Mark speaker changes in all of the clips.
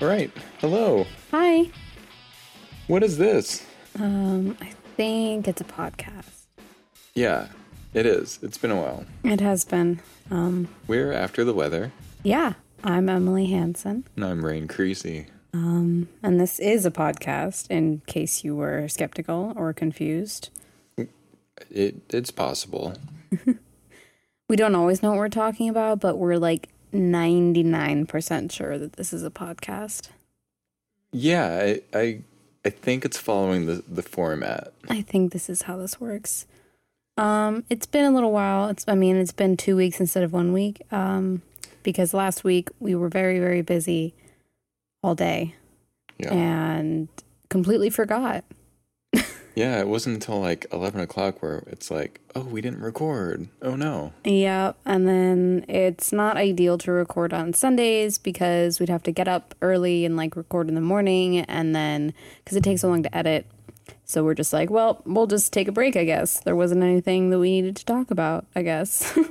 Speaker 1: All right. Hello.
Speaker 2: Hi.
Speaker 1: What is this?
Speaker 2: Um, I think it's a podcast.
Speaker 1: Yeah, it is. It's been a while.
Speaker 2: It has been. Um,
Speaker 1: We're after the weather,
Speaker 2: yeah, I'm Emily Hansen,
Speaker 1: and I'm Rain Creasy.
Speaker 2: and this is a podcast in case you were skeptical or confused.
Speaker 1: It it's possible.
Speaker 2: We don't always know what we're talking about, but we're like 99% sure that this is a podcast.
Speaker 1: Yeah, I I, I think it's following the the format.
Speaker 2: I think this is how this works. Um, it's been a little while. It's I mean, it's been two weeks instead of one week. Um, because last week we were very, very busy all day
Speaker 1: Yeah.
Speaker 2: and completely forgot.
Speaker 1: Yeah, it wasn't until like eleven o'clock where it's like, oh, we didn't record. Oh no.
Speaker 2: Yeah, and then it's not ideal to record on Sundays because we'd have to get up early and like record in the morning, and then because it takes so long to edit. So we're just like, well, we'll just take a break, I guess. There wasn't anything that we needed to talk about, I guess.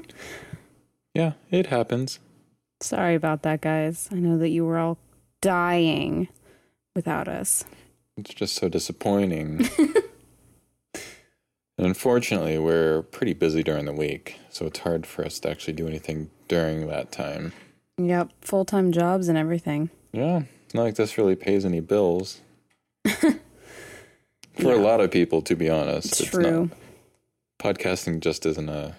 Speaker 1: Yeah, it happens.
Speaker 2: Sorry about that, guys. I know that you were all dying without us.
Speaker 1: It's just so disappointing. and unfortunately, we're pretty busy during the week, so it's hard for us to actually do anything during that time.
Speaker 2: Yep, full time jobs and everything.
Speaker 1: Yeah, it's not like this really pays any bills. For a lot of people, to be honest, it's not.
Speaker 2: True.
Speaker 1: Podcasting just isn't a,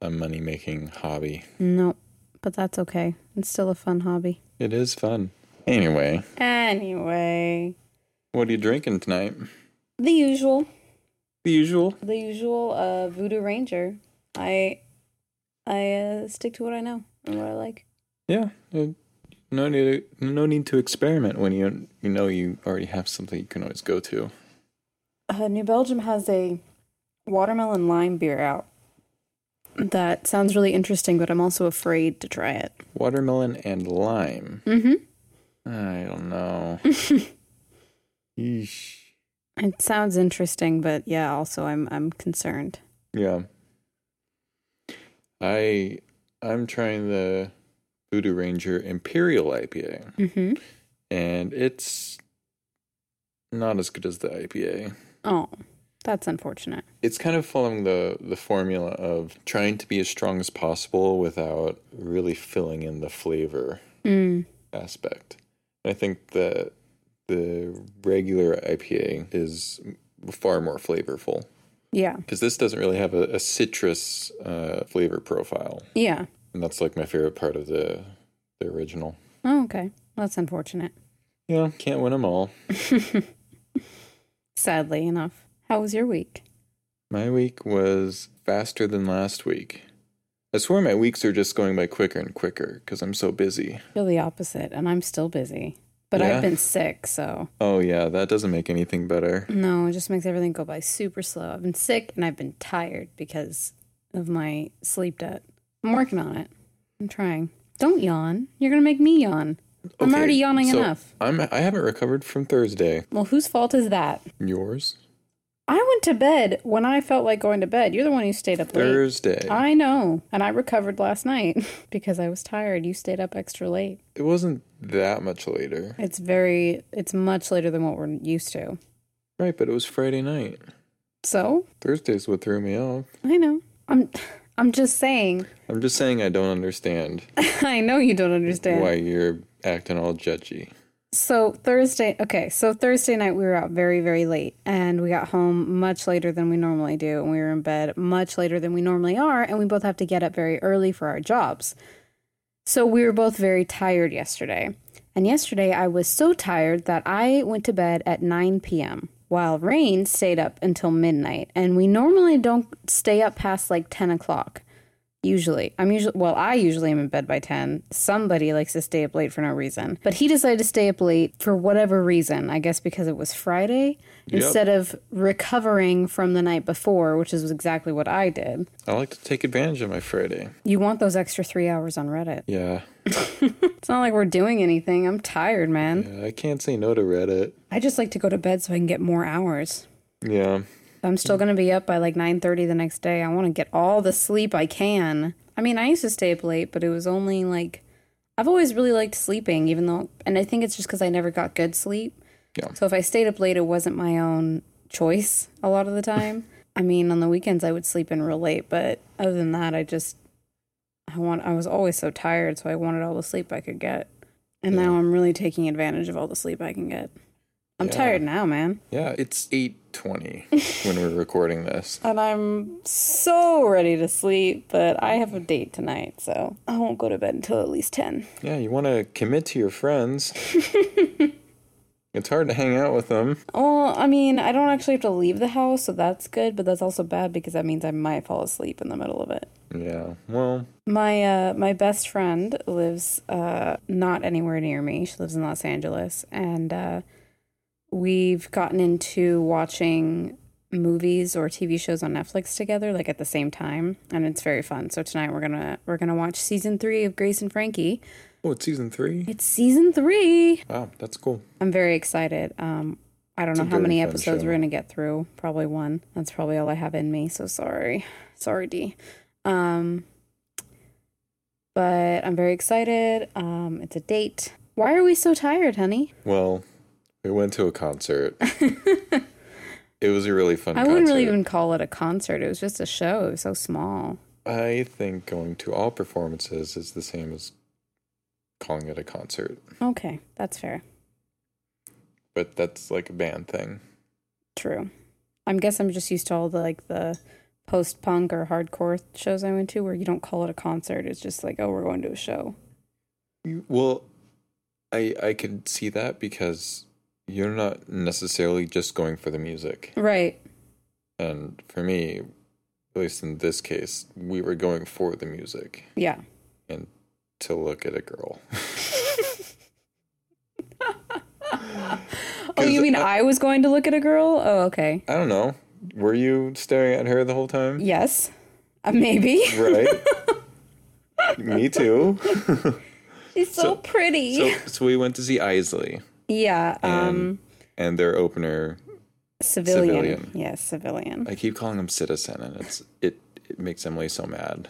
Speaker 1: a money making hobby.
Speaker 2: Nope, but that's okay. It's still a fun hobby.
Speaker 1: It is fun. Anyway,
Speaker 2: Anyway,
Speaker 1: what are you drinking tonight?
Speaker 2: the usual.
Speaker 1: The usual.
Speaker 2: the usual uh, voodoo ranger. I I uh, stick to what I know and what I like.
Speaker 1: Yeah. uh, No need. No need to experiment when you you know you already have something you can always go to.
Speaker 2: Uh, New Belgium has a watermelon lime beer out. That sounds really interesting, but I'm also afraid to try it.
Speaker 1: Watermelon and lime.
Speaker 2: Mm-hmm.
Speaker 1: I don't know. Yeesh.
Speaker 2: It sounds interesting, but yeah, also I'm I'm concerned.
Speaker 1: Yeah. I I'm trying the Voodoo Ranger Imperial IPA
Speaker 2: Mm-hmm.
Speaker 1: and it's not as good as the IPA.
Speaker 2: Oh, that's unfortunate.
Speaker 1: It's kind of following the the formula of trying to be as strong as possible without really filling in the flavor
Speaker 2: Mm.
Speaker 1: aspect. I think the the regular IPA is far more flavorful
Speaker 2: Yeah.
Speaker 1: because this doesn't really have a, a citrus uh, flavor profile.
Speaker 2: Yeah.
Speaker 1: And that's like my favorite part of the the original.
Speaker 2: Oh, okay. That's unfortunate.
Speaker 1: Yeah, can't win them all.
Speaker 2: Sadly enough. How was your week?
Speaker 1: My week was faster than last week. I swear my weeks are just going by quicker and quicker because I'm so busy.
Speaker 2: feel the opposite and i'm still busy but
Speaker 1: Yeah?
Speaker 2: i've been sick so
Speaker 1: Oh yeah, that doesn't make anything better.
Speaker 2: no it just makes everything go by super slow i've been sick and i've been tired because of my sleep debt i'm working on it i'm trying don't yawn you're gonna make me yawn i'm
Speaker 1: Okay,
Speaker 2: already yawning
Speaker 1: so
Speaker 2: enough
Speaker 1: I'm I haven't recovered from Thursday.
Speaker 2: well whose fault is that
Speaker 1: Yours?
Speaker 2: i went to bed when i felt like going to bed you're the one who stayed up late
Speaker 1: Thursday.
Speaker 2: i know and i recovered last night because i was tired you stayed up extra late
Speaker 1: It wasn't that much later.
Speaker 2: it's very it's much later than what we're used to
Speaker 1: Right, but it was Friday night.
Speaker 2: so
Speaker 1: Thursday's what threw me off.
Speaker 2: I know. I'm I'm just saying.
Speaker 1: I'm just saying I don't understand
Speaker 2: I know you don't understand.
Speaker 1: why you're acting all judgy.
Speaker 2: So Thursday, okay, so Thursday night we were out very very late and we got home much later than we normally do and we were in bed much later than we normally are and we both have to get up very early for our jobs. So we were both very tired yesterday. And yesterday I was so tired that I went to bed at 9 p.m. while Rain stayed up until midnight. And we normally don't stay up past like 10 o'clock. Usually, I'm usually well. I usually am in bed by ten. Somebody likes to stay up late for no reason, but he decided to stay up late for whatever reason. I guess because it was Friday
Speaker 1: Yep.
Speaker 2: instead of recovering from the night before, which is exactly what I did.
Speaker 1: I like to take advantage of my Friday.
Speaker 2: You want those extra three hours on Reddit?
Speaker 1: Yeah.
Speaker 2: It's not like we're doing anything. I'm tired, man.
Speaker 1: Yeah, I can't say no to Reddit.
Speaker 2: I just like to go to bed so I can get more hours.
Speaker 1: Yeah.
Speaker 2: If I'm still gonna be up by like nine thirty the next day. I want to get all the sleep I can. I mean, I used to stay up late, but it was only like I've always really liked sleeping, even though, and I think it's just because I never got good sleep.
Speaker 1: Yeah.
Speaker 2: So if I stayed up late, it wasn't my own choice a lot of the time. I mean, on the weekends, I would sleep in real late, but other than that, I just, I want, I was always so tired, so I wanted all the sleep I could get. And now I'm really taking advantage of all the sleep I can get. I'm
Speaker 1: Yeah.
Speaker 2: tired now, man.
Speaker 1: Yeah, it's 8:20 when we're recording this.
Speaker 2: And I'm so ready to sleep, but I have a date tonight, so I won't go to bed until at least 10.
Speaker 1: Yeah, you want to commit to your friends. it's hard to hang out with them.
Speaker 2: Well, I mean, I don't actually have to leave the house, so that's good, but that's also bad because that means I might fall asleep in the middle of it.
Speaker 1: Yeah. Well,
Speaker 2: My uh my best friend lives uh not anywhere near me. She lives in Los Angeles and uh we've gotten into watching movies or TV shows on Netflix together like at the same time and it's very fun. So tonight we're going to we're going to watch season 3 of Grace and Frankie.
Speaker 1: oh, it's season 3.
Speaker 2: It's season 3.
Speaker 1: Wow, that's cool.
Speaker 2: I'm very excited. Um, I don't know
Speaker 1: a
Speaker 2: how many
Speaker 1: very fun
Speaker 2: episodes
Speaker 1: show.
Speaker 2: we're gonna get through. Probably one. That's probably all I have in me. So sorry, sorry, D. Um, but I'm very excited. Um, it's a date. Why are we so tired, honey?
Speaker 1: Well, we went to a concert. it was a really fun
Speaker 2: I
Speaker 1: concert.
Speaker 2: wouldn't really even call it a concert. It was just a show. It was so small.
Speaker 1: I think going to all performances is the same as calling it a concert,
Speaker 2: Okay, that's fair.
Speaker 1: but that's like a band thing.
Speaker 2: True. I guess I'm just used to all the like the post punk or hardcore shows I went to where you don't call it a concert. It's just like, oh, we're going to a show.
Speaker 1: You- Well, I I could see that because you're not necessarily just going for the music.
Speaker 2: Right.
Speaker 1: And for me, at least in this case, we were going for the music
Speaker 2: Yeah.
Speaker 1: and to look at a girl.
Speaker 2: Oh, you mean I was going to look at a girl? Oh, okay.
Speaker 1: I don't know. Were you staring at her the whole time?
Speaker 2: Yes. Uh, maybe.
Speaker 1: Right. me too.
Speaker 2: She's so, pretty.
Speaker 1: So so we went to see Isley
Speaker 2: yeah. Um
Speaker 1: and their opener
Speaker 2: civilian.
Speaker 1: civilian.
Speaker 2: Yes, civilian.
Speaker 1: I keep calling him citizen, and it's it, it makes Emily so mad.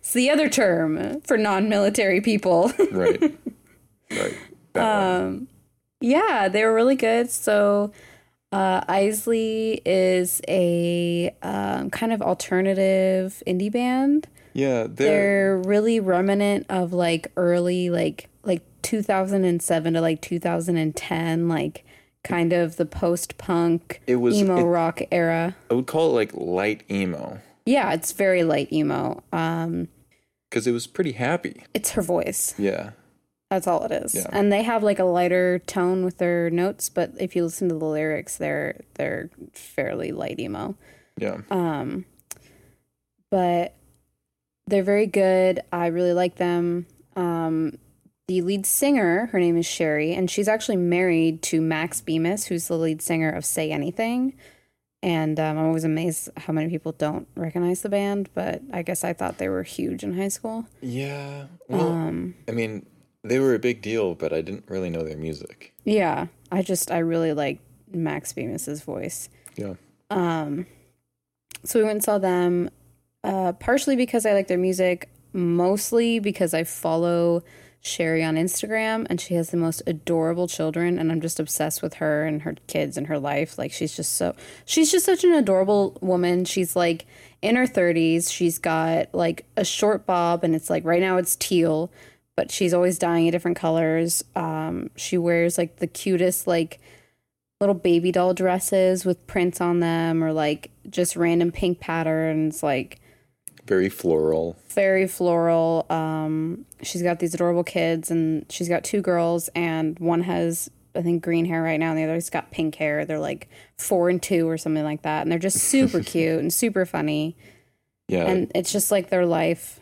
Speaker 2: It's the other term for non-military people.
Speaker 1: Right, right. That one.
Speaker 2: yeah, they were really good. So uh Isley is a um, kind of alternative indie band.
Speaker 1: Yeah, they're,
Speaker 2: They're really remnant of like early like like 2007 to like 2010 like kind of the post-punk
Speaker 1: It was-
Speaker 2: emo
Speaker 1: it-
Speaker 2: rock era.
Speaker 1: I would call it like light emo
Speaker 2: Yeah, it's very light emo. Um
Speaker 1: because it was pretty happy.
Speaker 2: it's her voice.
Speaker 1: Yeah,
Speaker 2: That's all it is. And they have like a lighter tone with their notes, but if you listen to the lyrics, they're they're fairly light emo.
Speaker 1: yeah.
Speaker 2: Um, but they're very good. I really like them. Um, the lead singer, her name is Sherry, and she's actually married to Max Bemis, who's the lead singer of Say Anything. And um, I'm always amazed how many people don't recognize the band, but I guess I thought they were huge in high school. Um,
Speaker 1: yeah. Well, I mean, they were a big deal, but I didn't really know their music.
Speaker 2: Yeah, I just I really like Max Bemis's voice.
Speaker 1: Yeah,
Speaker 2: Um, so we went and saw them, uh, partially because I like their music, mostly because I follow Sherry on Instagram and she has the most adorable children, and I'm just obsessed with her and her kids and her life. Like she's just so she's just such an adorable woman. She's like in her 30s. She's got like a short bob, and it's like right now it's teal. But she's always dyeing it different colors. Um, she wears like the cutest, like little baby doll dresses with prints on them or like just random pink patterns like
Speaker 1: very floral.
Speaker 2: very floral um she's got these adorable kids and she's got two girls and one has i think green hair right now and the other's got pink hair they're like 4 and 2 or something like that and they're just super cute and super funny
Speaker 1: Yeah,
Speaker 2: and it's just like their life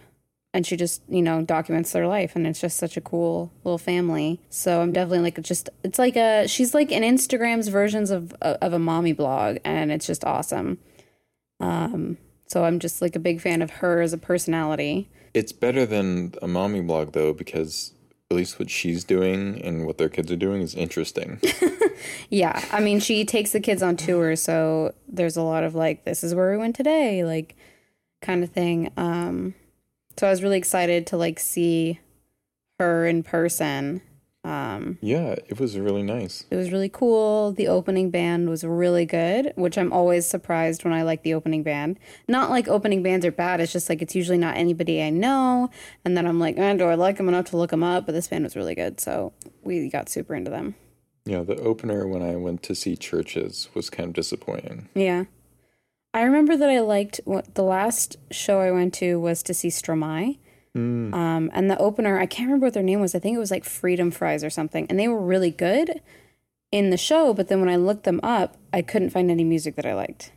Speaker 2: and she just you know documents their life and it's just such a cool little family so i'm definitely like just it's like a she's like an instagram's versions of uh, of a mommy blog and it's just awesome um so i'm just like a big fan of her as a personality
Speaker 1: it's better than a mommy blog though because at least what she's doing and what their kids are doing is interesting.
Speaker 2: yeah i mean she takes the kids on tour so there's a lot of like this is where we went today like kind of thing um so i was really excited to like see her in person. Um,
Speaker 1: Yeah, it was really nice.
Speaker 2: it was really cool. The opening band was really good, which I'm always surprised when I like the opening band. Not like opening bands are bad, it's just like it's usually not anybody I know. And then I'm like, eh, do I like them enough to look them up? But this band was really good. So we got super into them.
Speaker 1: Yeah, the opener when I went to see churches was kind of disappointing.
Speaker 2: Yeah. I remember that I liked what the last show I went to was to see Stromae. Um, and the opener, I can't remember what their name was. I think it was like Freedom Fries or something. And they were really good in the show. But then when I looked them up, I couldn't find any music that I liked.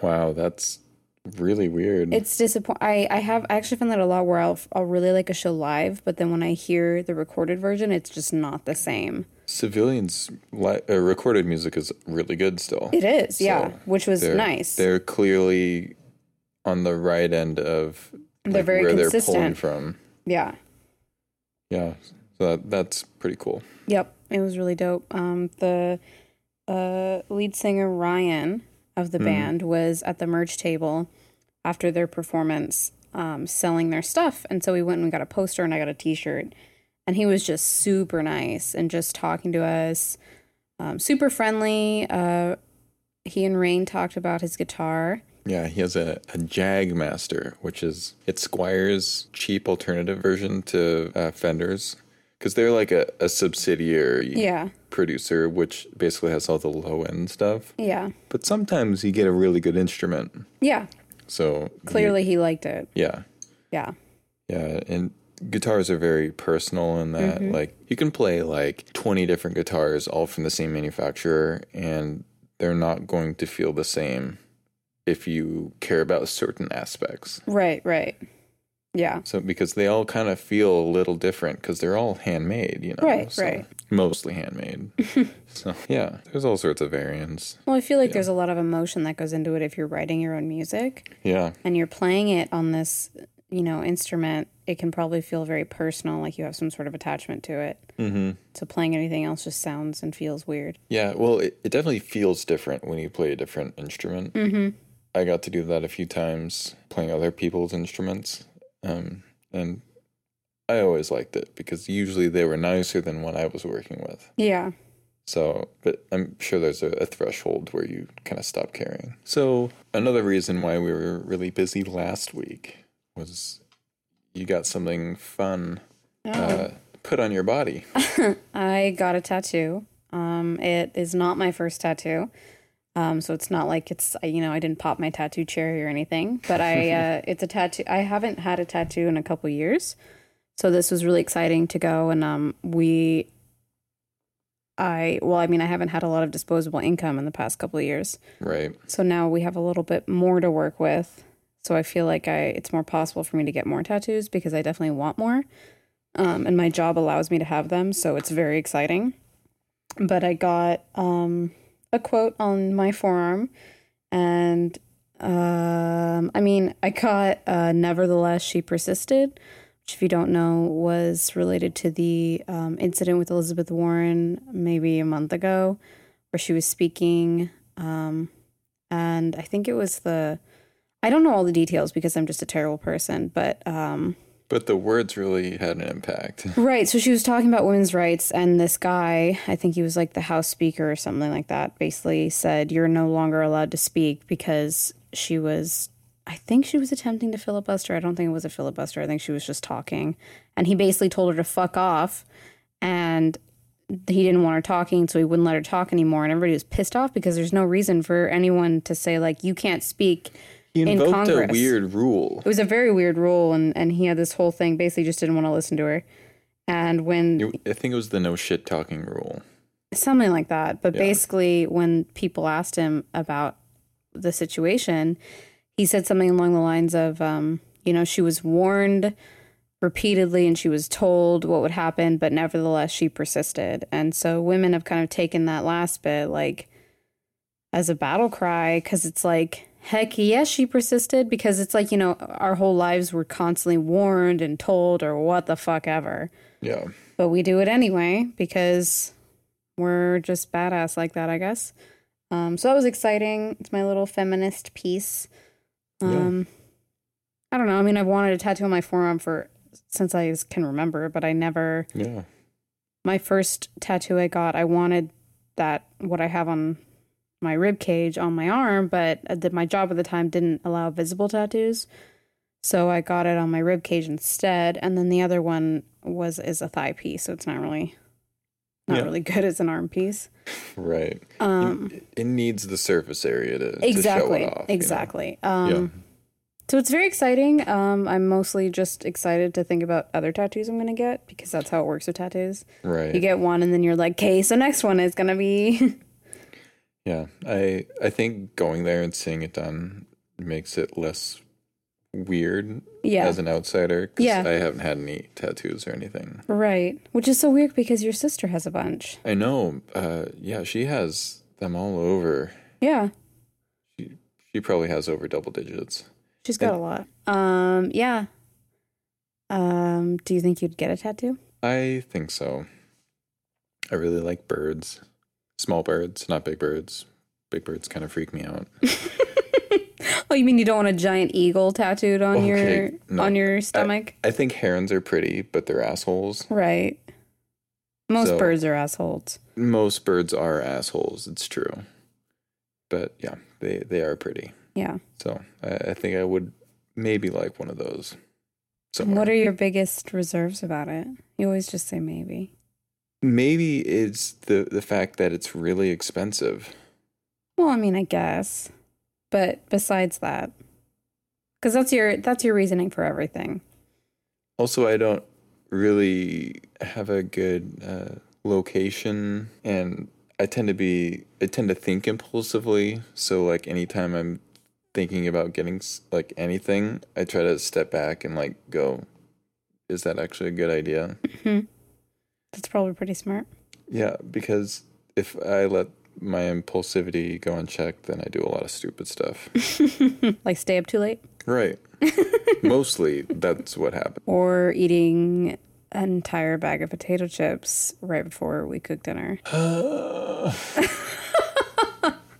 Speaker 1: Wow, that's really weird.
Speaker 2: It's disappointing. I, I have I actually found that a lot where I'll, I'll really like a show live. But then when I hear the recorded version, it's just not the same.
Speaker 1: Civilians li- uh, recorded music is really good still.
Speaker 2: It is. yeah.
Speaker 1: So
Speaker 2: Which was
Speaker 1: they're,
Speaker 2: nice.
Speaker 1: They're clearly on the right end of
Speaker 2: They're very
Speaker 1: where
Speaker 2: consistent.
Speaker 1: they're pulling from.
Speaker 2: yeah.
Speaker 1: Yeah, so that, that's pretty cool.
Speaker 2: Yep, it was really dope. Um, the uh, lead singer Ryan of the band was at the merch table after their performance, um, selling their stuff, and so we went and we got a poster and I got a T-shirt, and he was just super nice and just talking to us, um, super friendly. Uh, he and Rain talked about his guitar.
Speaker 1: Yeah, he has a, a Jag Master, which is it's Squire's cheap alternative version to uh, Fenders because they're like a, a subsidiary
Speaker 2: Yeah,
Speaker 1: producer, which basically has all the low end stuff.
Speaker 2: yeah,
Speaker 1: But sometimes you get a really good instrument.
Speaker 2: yeah.
Speaker 1: So you-
Speaker 2: Clearly, he liked it.
Speaker 1: yeah,
Speaker 2: Yeah,
Speaker 1: yeah, and guitars are very personal in that
Speaker 2: Mm-hmm.
Speaker 1: like you can play like 20 different guitars all from the same manufacturer and they're not going to feel the same if you care about certain aspects.
Speaker 2: right, right. Yeah,
Speaker 1: So because they all kind of feel a little different because they're all handmade, you know.
Speaker 2: Right,
Speaker 1: so
Speaker 2: right.
Speaker 1: Mostly handmade. so yeah, there's all sorts of variants.
Speaker 2: Well, I feel like there's a lot of emotion that goes into it if you're writing your own music
Speaker 1: Yeah,
Speaker 2: and you're playing it on this, you know, instrument. It can probably feel very personal, like you have some sort of attachment to it. Mm-hmm. So playing anything else just sounds and feels weird.
Speaker 1: yeah. Well, it, it definitely feels different when you play a different instrument. Mm-hmm. I got to do that a few times playing other people's instruments, um, and I always liked it because usually they were nicer than what I was working with.
Speaker 2: Yeah.
Speaker 1: So, but I'm sure there's a, a threshold where you kind of stop caring. So, another reason why we were really busy last week was you got something fun uh, put on your body.
Speaker 2: I got a tattoo. Um, it is not my first tattoo. Um, so it's not like it's you know I didn't pop my tattoo cherry or anything, but I uh, it's a tattoo. I haven't had a tattoo in a couple years, so this was really exciting to go and um we. I well, I mean, I haven't had a lot of disposable income in the past couple of years,
Speaker 1: right.
Speaker 2: so now we have a little bit more to work with. So I feel like I it's more possible for me to get more tattoos because I definitely want more. Um, and my job allows me to have them, so it's very exciting. But I got um, a quote on my forearm, and um, I mean, I got uh, "Nevertheless, she persisted," which, if you don't know, was related to the um, incident with Elizabeth Warren maybe a month ago, where she was speaking um, and I think it was the I don't know all the details because I'm just a terrible person, but um
Speaker 1: But the words really had an impact.
Speaker 2: right, so she was talking about women's rights and this guy, I think he was like the house speaker or something like that, basically said you're no longer allowed to speak because she was I think she was attempting to filibuster. I don't think it was a filibuster. I think she was just talking. And he basically told her to fuck off and he didn't want her talking, so he wouldn't let her talk anymore. And everybody was pissed off because there's no reason for anyone to say, like, you can't speak
Speaker 1: He invoked a
Speaker 2: Congress.
Speaker 1: weird rule.
Speaker 2: it was a very weird rule and and he had this whole thing basically just didn't want to listen to her and when
Speaker 1: It- I think it was the no shit talking rule.
Speaker 2: something like that but basically when people asked him about the situation he said something along the lines of um, you know she was warned repeatedly and she was told what would happen but nevertheless she persisted and so women have kind of taken that last bit like as a battle cry because it's like heck yes she persisted because it's like you know our whole lives were constantly warned and told or what the fuck ever
Speaker 1: Yeah.
Speaker 2: but we do it anyway because we're just badass like that, I guess. Um, so that was exciting. It's my little feminist piece.
Speaker 1: Yeah.
Speaker 2: Um, I don't know. I mean, I've wanted a tattoo on my forearm for since I can remember, but I never
Speaker 1: Yeah.
Speaker 2: my first tattoo I got, I wanted that what I have on my rib cage on my arm, but the, my job at the time didn't allow visible tattoos. So I got it on my rib cage instead, and then the other one was is a thigh piece, so it's not really not
Speaker 1: Yeah.
Speaker 2: really good as an arm piece.
Speaker 1: Right.
Speaker 2: Um
Speaker 1: it, it needs the surface area to, to
Speaker 2: exactly
Speaker 1: show it off. you know?
Speaker 2: exactly
Speaker 1: Yeah.
Speaker 2: um so it's very exciting um i'm mostly just excited to think about other tattoos i'm gonna get because that's how it works with tattoos
Speaker 1: Right.
Speaker 2: you get one and then you're like okay so next one is gonna be
Speaker 1: Yeah, I I think going there and seeing it done makes it less weird
Speaker 2: yeah
Speaker 1: as an outsider because
Speaker 2: Yeah.
Speaker 1: I haven't had any tattoos or anything.
Speaker 2: right which is so weird because your sister has a bunch
Speaker 1: I know. Uh, yeah, she has them all over.
Speaker 2: yeah
Speaker 1: She probably has over double digits.
Speaker 2: she's got a lot um yeah um do you think you'd get a tattoo
Speaker 1: I think so. I really like birds, small birds, not big birds. Big birds kind of freak me out.
Speaker 2: oh you mean you don't want a giant eagle tattooed on your
Speaker 1: Okay, no.
Speaker 2: on your stomach
Speaker 1: I think herons are pretty, but they're assholes.
Speaker 2: right most
Speaker 1: So-
Speaker 2: birds are assholes
Speaker 1: Most birds are assholes. It's true, but yeah, they they are pretty.
Speaker 2: yeah
Speaker 1: So I, I think I would maybe like one of those. Somewhere.
Speaker 2: What are your biggest reserves about it? You always just say maybe.
Speaker 1: maybe it's the the fact that it's really expensive.
Speaker 2: Well, I mean, I guess. But besides that, because that's your that's your reasoning for everything.
Speaker 1: Also, I don't really have a good uh, location, and I tend to be I tend to think impulsively. So like anytime I'm thinking about getting s- like anything, I try to step back and like go, is that actually a good idea?
Speaker 2: That's probably pretty smart.
Speaker 1: Yeah, because if I let my impulsivity go unchecked, then I do a lot of stupid stuff.
Speaker 2: like stay up too late
Speaker 1: Right. Mostly that's what happened.
Speaker 2: or eating an entire bag of potato chips right before we cook dinner.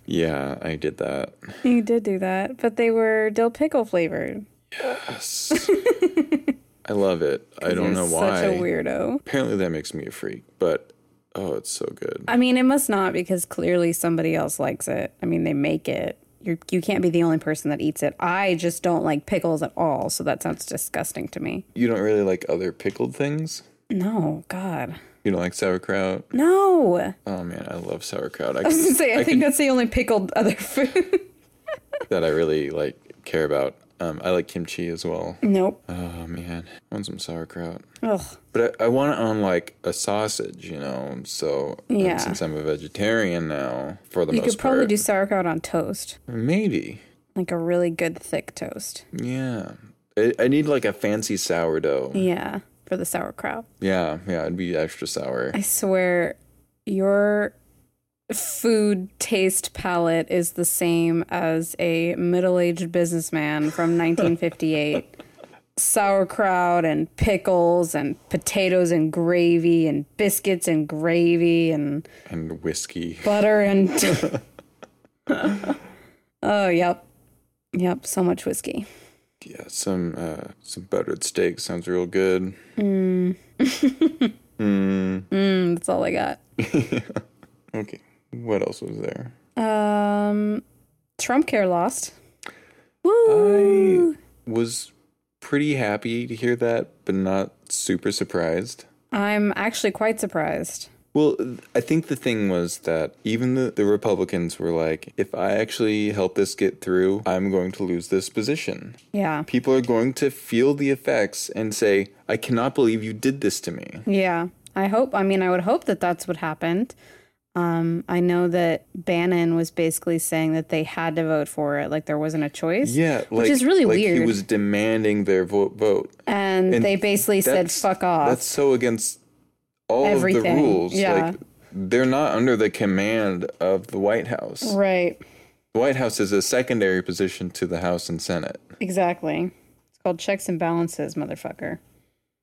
Speaker 1: yeah, I did that.
Speaker 2: you did do that, but they were dill pickle flavored.
Speaker 1: Yes. I love it. I don't know why.
Speaker 2: Such a weirdo.
Speaker 1: Apparently that makes me a freak, but oh, it's so good.
Speaker 2: I mean, it must not because clearly somebody else likes it. I mean, they make it. You you can't be the only person that eats it. I just don't like pickles at all, so that sounds disgusting to me.
Speaker 1: You don't really like other pickled things?
Speaker 2: No, God,
Speaker 1: You don't like sauerkraut?
Speaker 2: no. I
Speaker 1: Oh man, I love sauerkraut. I
Speaker 2: was gonna
Speaker 1: can,
Speaker 2: say I, think that's the only pickled other food.
Speaker 1: that I really like care about. Um, I like kimchi as well.
Speaker 2: nope.
Speaker 1: Oh man, I want some sauerkraut.
Speaker 2: Ugh.
Speaker 1: But I, I want it on like a sausage, you know. So and
Speaker 2: Yeah.
Speaker 1: since I'm a vegetarian now, for the
Speaker 2: You
Speaker 1: most
Speaker 2: could probably
Speaker 1: part,
Speaker 2: do sauerkraut on toast,
Speaker 1: maybe.
Speaker 2: like a really good thick toast.
Speaker 1: Yeah, I, I need like a fancy sourdough.
Speaker 2: Yeah, for the sauerkraut.
Speaker 1: Yeah, yeah, it'd be extra sour.
Speaker 2: I swear, your food taste palette is the same as a middle aged businessman from 1958. Sauerkraut and pickles and potatoes and gravy and biscuits and gravy and
Speaker 1: And whiskey.
Speaker 2: butter and. oh, yep. Yep. So much whiskey.
Speaker 1: Yeah, some uh, some buttered steak sounds real good.
Speaker 2: Hmm. Mm, that's all I got.
Speaker 1: Okay, what else was there?
Speaker 2: Um, Trump care lost. Woo!
Speaker 1: Was pretty happy to hear that, but not super surprised.
Speaker 2: I'm actually quite surprised.
Speaker 1: Well, th- I think the thing was that even the, the Republicans were like, if I actually help this get through, I'm going to lose this position.
Speaker 2: Yeah.
Speaker 1: People are going to feel the effects and say, I cannot believe you did this to me.
Speaker 2: Yeah. I hope, I mean, I would hope that that's what happened. Um, I know that Bannon was basically saying that they had to vote for it, like there wasn't a choice.
Speaker 1: Yeah, like,
Speaker 2: which is really
Speaker 1: like He
Speaker 2: weird.
Speaker 1: was demanding their vote. vote.
Speaker 2: and, they basically said,
Speaker 1: That's-
Speaker 2: fuck off.
Speaker 1: That's so against all of the
Speaker 2: Everything,
Speaker 1: rules.
Speaker 2: yeah.
Speaker 1: Like, they're not under the command of the White House.
Speaker 2: Right.
Speaker 1: The White House is a secondary position to the House and Senate.
Speaker 2: Exactly. It's called checks and balances, motherfucker.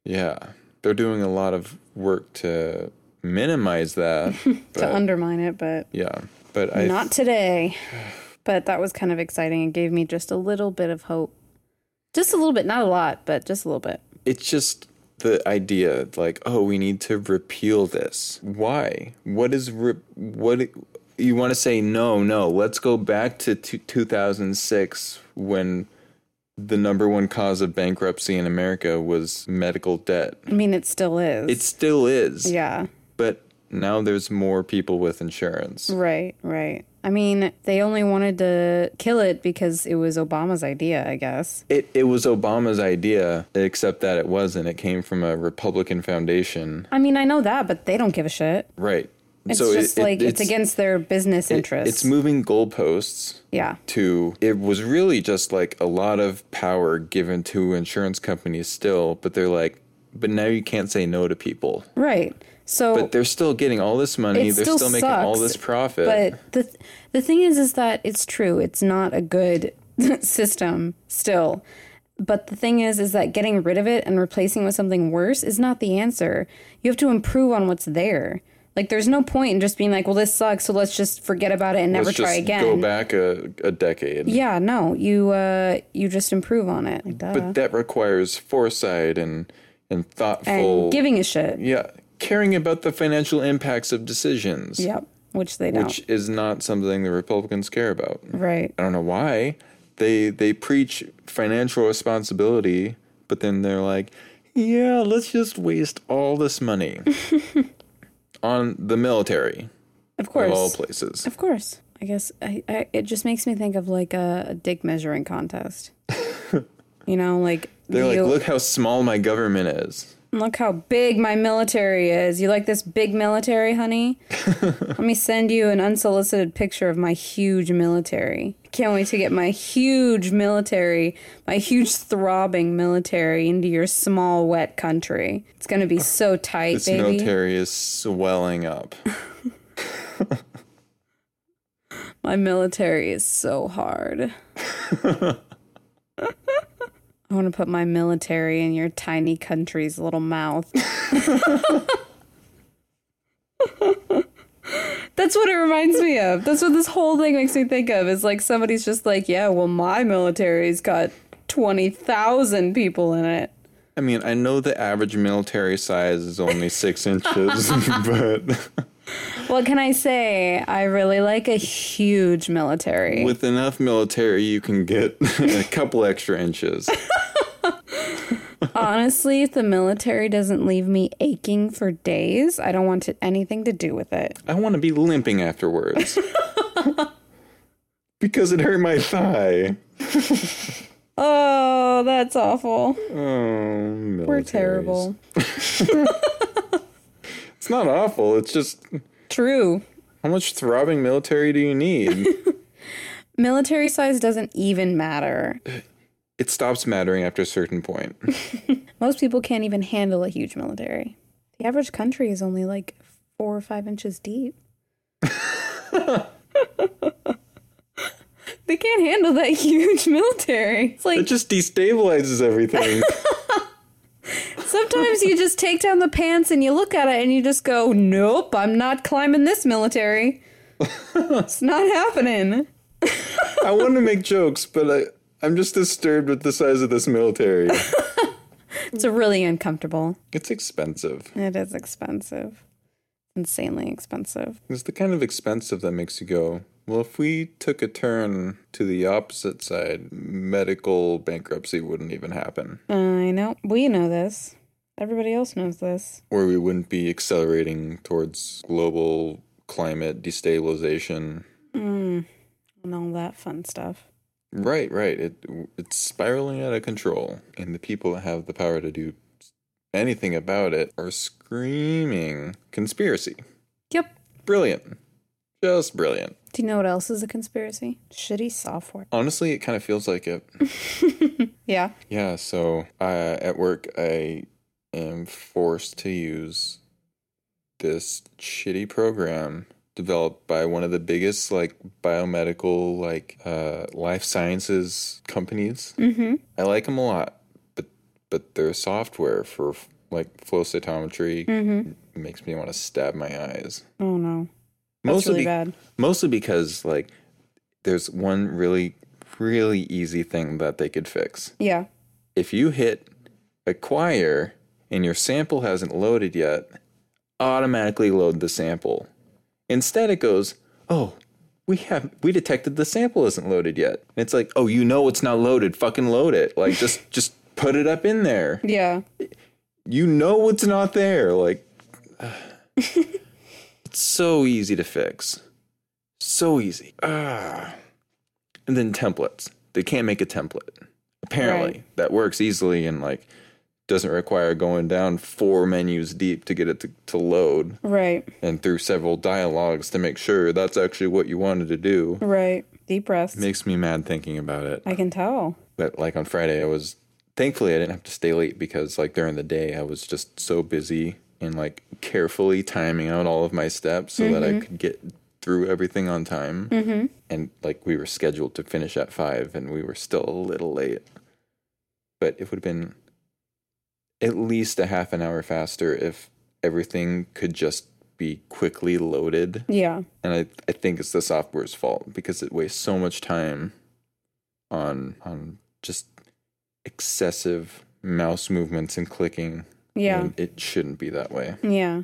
Speaker 1: Yeah. They're doing a lot of work to minimize that.
Speaker 2: to
Speaker 1: but,
Speaker 2: undermine it, but
Speaker 1: yeah. But I
Speaker 2: not today. But that was kind of exciting and gave me just a little bit of hope. Just a little bit, not a lot, but just a little bit.
Speaker 1: it's just the idea like, oh, we need to repeal this. Why? What is re- what you want to say? No, no. Let's go back to t- 2006 when the number one cause of bankruptcy in America was medical debt.
Speaker 2: I mean, it still is.
Speaker 1: It still is,
Speaker 2: Mm. yeah.
Speaker 1: but now there's more people with insurance.
Speaker 2: Right, right. I mean, they only wanted to kill it because it was Obama's idea, I guess.
Speaker 1: It it was Obama's idea, except that it wasn't. It came from a Republican foundation,
Speaker 2: I mean, I know that, but they don't give a shit.
Speaker 1: right?
Speaker 2: It's just like it's, against their business interests.
Speaker 1: It's moving goalposts
Speaker 2: yeah.
Speaker 1: to it was really just like a lot of power given to insurance companies still, but they're like, but now you can't say no to people.
Speaker 2: Right. So
Speaker 1: But they're still getting all this money.
Speaker 2: It
Speaker 1: They're
Speaker 2: still
Speaker 1: still, making all
Speaker 2: sucks,
Speaker 1: this profit.
Speaker 2: But the the thing is, is that it's true. It's not a good system still. But the thing is, is that getting rid of it and replacing it with something worse is not the answer. You have to improve on what's there. Like, there's no point in just being like, well, this sucks, so let's just forget about it and never
Speaker 1: Let's
Speaker 2: try
Speaker 1: just
Speaker 2: again.
Speaker 1: go back a, a decade.
Speaker 2: Yeah, no, you uh, you just improve on it. Like, duh.
Speaker 1: But that requires foresight and and
Speaker 2: and
Speaker 1: thoughtful
Speaker 2: giving a shit.
Speaker 1: yeah, caring about the financial impacts of decisions,
Speaker 2: Yep, which they don't.
Speaker 1: which is not something the Republicans care about.
Speaker 2: right.
Speaker 1: I don't know why they they preach financial responsibility, but then they're like, yeah, let's just waste all this money on the military
Speaker 2: Of
Speaker 1: of
Speaker 2: course.
Speaker 1: all places.
Speaker 2: Of course. I guess I, I, it just makes me think of like a, a dick measuring contest. you know, like
Speaker 1: They're like,
Speaker 2: you-
Speaker 1: look how small my government is.
Speaker 2: look how big my military is. You like this big military, honey? Let me send you an unsolicited picture of my huge military. Can't wait to get my huge military, my huge throbbing military into your small wet country. It's gonna be so tight,
Speaker 1: This
Speaker 2: baby.
Speaker 1: military is swelling up.
Speaker 2: My military is so hard. I want to put my military in your tiny country's little mouth. That's what it reminds me of. That's what this whole thing makes me think of. Is like somebody's just like, yeah, well, my military's got 20,000 people in it.
Speaker 1: I mean, I know the average military size is only six inches, but
Speaker 2: What can I say? I really like a huge military.
Speaker 1: with enough military, you can get a couple extra inches.
Speaker 2: Honestly, if the military doesn't leave me aching for days, I don't want to, anything to do with it.
Speaker 1: I want to be limping afterwards. because it hurt my thigh.
Speaker 2: Oh, that's awful.
Speaker 1: Oh, militaries.
Speaker 2: We're terrible.
Speaker 1: It's not awful. It's just
Speaker 2: True.
Speaker 1: how much throbbing military do you need?
Speaker 2: Military size doesn't even matter.
Speaker 1: it stops mattering after a certain point.
Speaker 2: Most people can't even handle a huge military. The average country is only like four or five inches deep. they can't handle that huge military. It's like
Speaker 1: It just destabilizes everything.
Speaker 2: Sometimes you just take down the pants and you look at it and you just go, nope, I'm not climbing this military. it's not happening.
Speaker 1: I want to make jokes, but I, I'm just disturbed with the size of this military.
Speaker 2: It's really uncomfortable.
Speaker 1: It's expensive.
Speaker 2: It is expensive. Insanely expensive.
Speaker 1: It's the kind of expensive that makes you go, well, if we took a turn to the opposite side, medical bankruptcy wouldn't even happen.
Speaker 2: I know. We know this. Everybody else knows this.
Speaker 1: or we wouldn't be accelerating towards global climate destabilization.
Speaker 2: And all that fun stuff.
Speaker 1: Right, right. It it's spiraling out of control, and the people that have the power to do anything about it are screaming conspiracy.
Speaker 2: Yep.
Speaker 1: Brilliant, just brilliant.
Speaker 2: Do you know what else is a conspiracy? Shitty software.
Speaker 1: Honestly, it kind of feels like it.
Speaker 2: Yeah.
Speaker 1: Yeah. So uh, at work, I am forced to use this shitty program developed by one of the biggest like biomedical like uh, life sciences companies.
Speaker 2: Mm-hmm.
Speaker 1: I like them a lot, but but their software for like flow cytometry
Speaker 2: Mm-hmm.
Speaker 1: makes me want to stab my eyes.
Speaker 2: Oh no. That's
Speaker 1: Mostly,
Speaker 2: really
Speaker 1: be-
Speaker 2: bad.
Speaker 1: mostly because like there's one really really easy thing that they could fix
Speaker 2: Yeah.
Speaker 1: if you hit acquire and your sample hasn't loaded yet, automatically load the sample. Instead, it goes, oh, we have we detected the sample isn't loaded yet. And it's like, oh, you know it's not loaded. Fucking load it. Like just just put it up in there.
Speaker 2: Yeah.
Speaker 1: You know it's not there. Like it's so easy to fix. So easy. Ah. And then templates. They can't make a template. Apparently, that works easily and like doesn't require going down four menus deep to get it to, to load
Speaker 2: Right.
Speaker 1: and through several dialogues to make sure that's actually what you wanted to do.
Speaker 2: Right. Deep breaths.
Speaker 1: Makes me mad thinking about it.
Speaker 2: I can tell.
Speaker 1: But like on Friday, I was thankfully I didn't have to stay late because like during the day I was just so busy and like carefully timing out all of my steps so that I could get through everything on time. Mm-hmm. And like we were scheduled to finish at five and we were still a little late. But it would have been at least a half an hour faster if everything could just be quickly loaded
Speaker 2: Yeah.
Speaker 1: and I, I think it's the software's fault because it wastes so much time on on just excessive mouse movements and clicking.
Speaker 2: Yeah.
Speaker 1: And it shouldn't be that way.
Speaker 2: Yeah.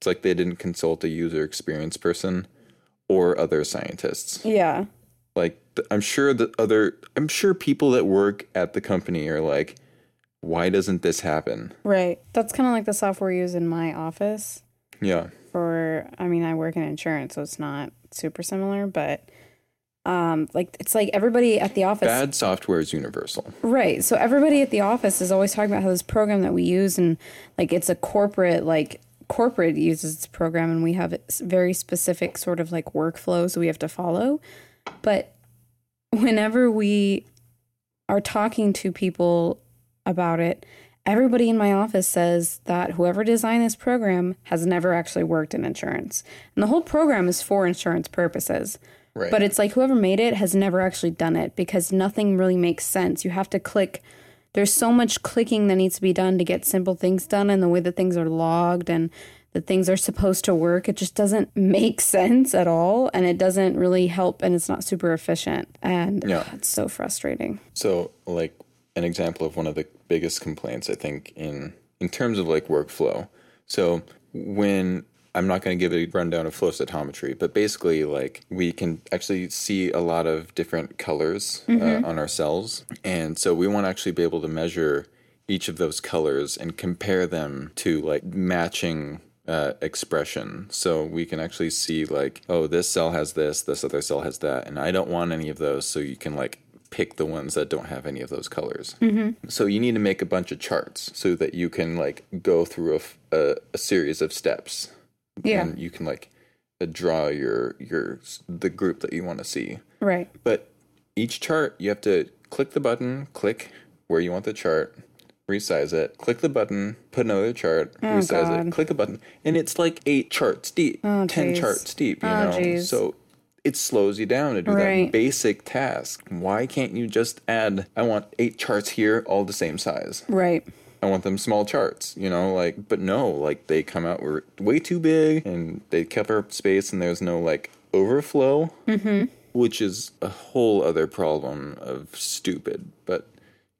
Speaker 1: It's like they didn't consult a user experience person or other scientists.
Speaker 2: Yeah.
Speaker 1: Like th- I'm sure the other I'm sure people that work at the company are like, why doesn't this happen?
Speaker 2: Right. That's kind of like the software we use in my office.
Speaker 1: Yeah.
Speaker 2: for I mean, I work in insurance, so it's not super similar, but um like it's like everybody at the office
Speaker 1: Bad software is universal.
Speaker 2: right so everybody at the office is always talking about how this program that we use and like it's a corporate like corporate uses this program and we have s- very specific sort of like workflows we have to follow but whenever we are talking to people about it everybody in my office says that whoever designed this program has never actually worked in insurance and the whole program is for insurance purposes
Speaker 1: Right.
Speaker 2: but it's like whoever made it has never actually done it because nothing really makes sense. You have to click. There's so much clicking that needs to be done to get simple things done, and the way that things are logged and that things are supposed to work, it just doesn't make sense at all. And it doesn't really help, and it's not super efficient. And
Speaker 1: Yeah.
Speaker 2: ugh, it's so frustrating.
Speaker 1: So, like an example of one of the biggest complaints, I think in in terms of like workflow. So when I'm not going to give a rundown of flow cytometry, but basically, like we can actually see a lot of different colors uh, on our cells, and so we want to actually be able to measure each of those colors and compare them to like matching uh, expression. So we can actually see like, oh, this cell has this, this other cell has that, and I don't want any of those. So you can like pick the ones that don't have any of those colors. So you need to make a bunch of charts so that you can like go through a, f- a- a series of steps
Speaker 2: Yeah.
Speaker 1: and you can like uh, draw your your s- the group that you want to see.
Speaker 2: Right.
Speaker 1: But each chart, you have to click the button, click where you want the chart, resize it, click the button, put another chart,
Speaker 2: Oh,
Speaker 1: resize it, click a button. And it's like eight charts deep, 10
Speaker 2: geez.
Speaker 1: charts deep, you
Speaker 2: Oh,
Speaker 1: know?
Speaker 2: geez.
Speaker 1: So it slows you down to do
Speaker 2: Right.
Speaker 1: that basic task. Why can't you just add, I want eight charts here, all the same size?
Speaker 2: Right.
Speaker 1: I want them small charts, you know, like, but no, like they come out were way too big and they cover up space and there's no like overflow, mm-hmm. which is a whole other problem of stupid. But,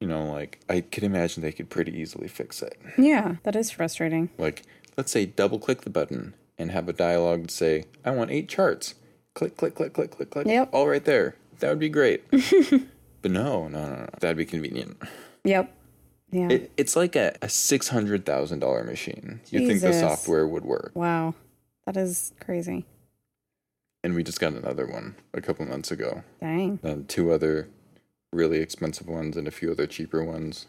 Speaker 1: you know, like I could imagine they could pretty easily fix it.
Speaker 2: Yeah. That is frustrating.
Speaker 1: Like, let's say double click the button and have a dialogue to say, I want eight charts. Click, click, click, click, click, click.
Speaker 2: Yep.
Speaker 1: All right there. That would be great. but no, no, no, no. That'd be convenient.
Speaker 2: Yep. Yeah.
Speaker 1: It, it's like a, a six hundred thousand dollar machine. You think the
Speaker 2: Jesus.
Speaker 1: software would work?
Speaker 2: wow. That is crazy.
Speaker 1: And we just got another one a couple months ago,
Speaker 2: Dang.
Speaker 1: and two other really expensive ones, and a few other cheaper ones.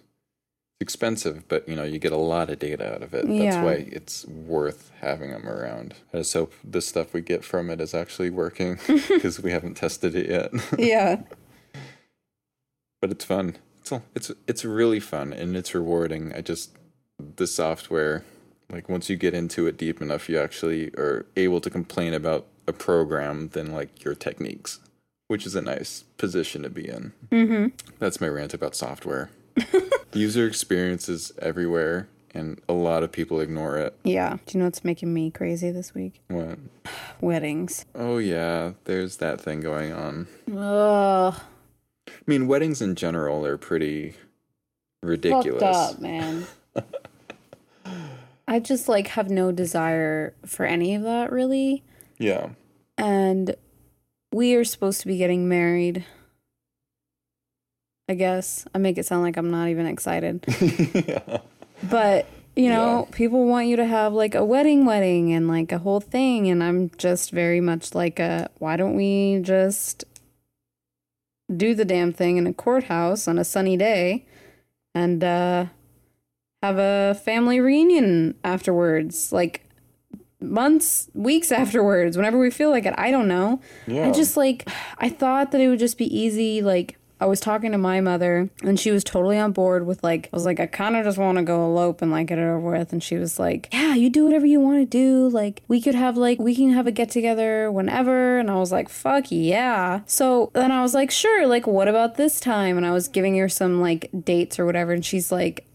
Speaker 1: It's expensive, but you know you get a lot of data out of it.
Speaker 2: Yeah.
Speaker 1: That's why it's worth having them around. I just hope the stuff we get from it is actually working because we haven't tested it yet.
Speaker 2: Yeah.
Speaker 1: but it's fun. It's a- it's it's really fun and it's rewarding. I just the software, like once you get into it deep enough, you actually are able to complain about a program than like your techniques, which is a nice position to be in.
Speaker 2: Mm-hmm.
Speaker 1: That's my rant about software. User experience is everywhere, and a lot of people ignore it.
Speaker 2: Yeah. Do you know what's making me crazy this week?
Speaker 1: What?
Speaker 2: Weddings.
Speaker 1: Oh yeah, there's that thing going on.
Speaker 2: Ugh,
Speaker 1: I mean, weddings in general are pretty ridiculous.
Speaker 2: fucked up, man. I just like have no desire for any of that really.
Speaker 1: Yeah.
Speaker 2: And we are supposed to be getting married. I guess I make it sound like I'm not even excited.
Speaker 1: yeah.
Speaker 2: But, you know, people want you to have like a wedding wedding and like a whole thing and I'm just very much like a why don't we just do the damn thing in a courthouse on a sunny day and uh have a family reunion afterwards like months weeks afterwards whenever we feel like it i don't know
Speaker 1: Yeah.
Speaker 2: I just like I thought that it would just be easy. Like I was talking to my mother and she was totally on board with like I was like I kind of just want to go elope and like get it over with and she was like, "Yeah, you do whatever you want to do. Like we could have like we can have a get together whenever." And I was like, "Fuck yeah." So then I was like, "Sure, like what about this time?" And I was giving her some like dates or whatever and she's like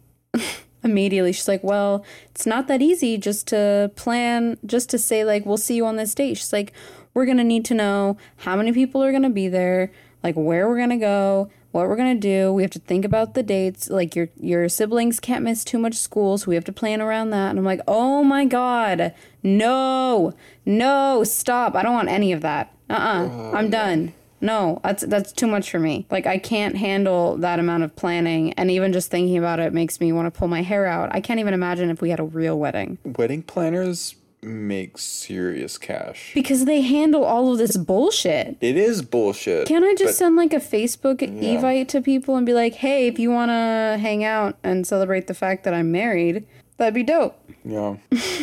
Speaker 2: immediately she's like well it's not that easy just to plan just to say like we'll see you on this date she's like we're gonna need to know how many people are gonna be there like where we're gonna go what we're gonna do we have to think about the dates like your your siblings can't miss too much school so we have to plan around that and i'm like oh my god no no stop i don't want any of that uh-uh i'm done no, that's that's too much for me. Like I can't handle that amount of planning and even just thinking about it makes me want to pull my hair out. I can't even imagine if we had a real wedding.
Speaker 1: Wedding planners make serious cash.
Speaker 2: Because they handle all of this bullshit.
Speaker 1: It is bullshit.
Speaker 2: Can I just send like a Facebook evite to people and be like, "Hey, if you want to hang out and celebrate the fact that I'm married, that'd be dope."
Speaker 1: Yeah.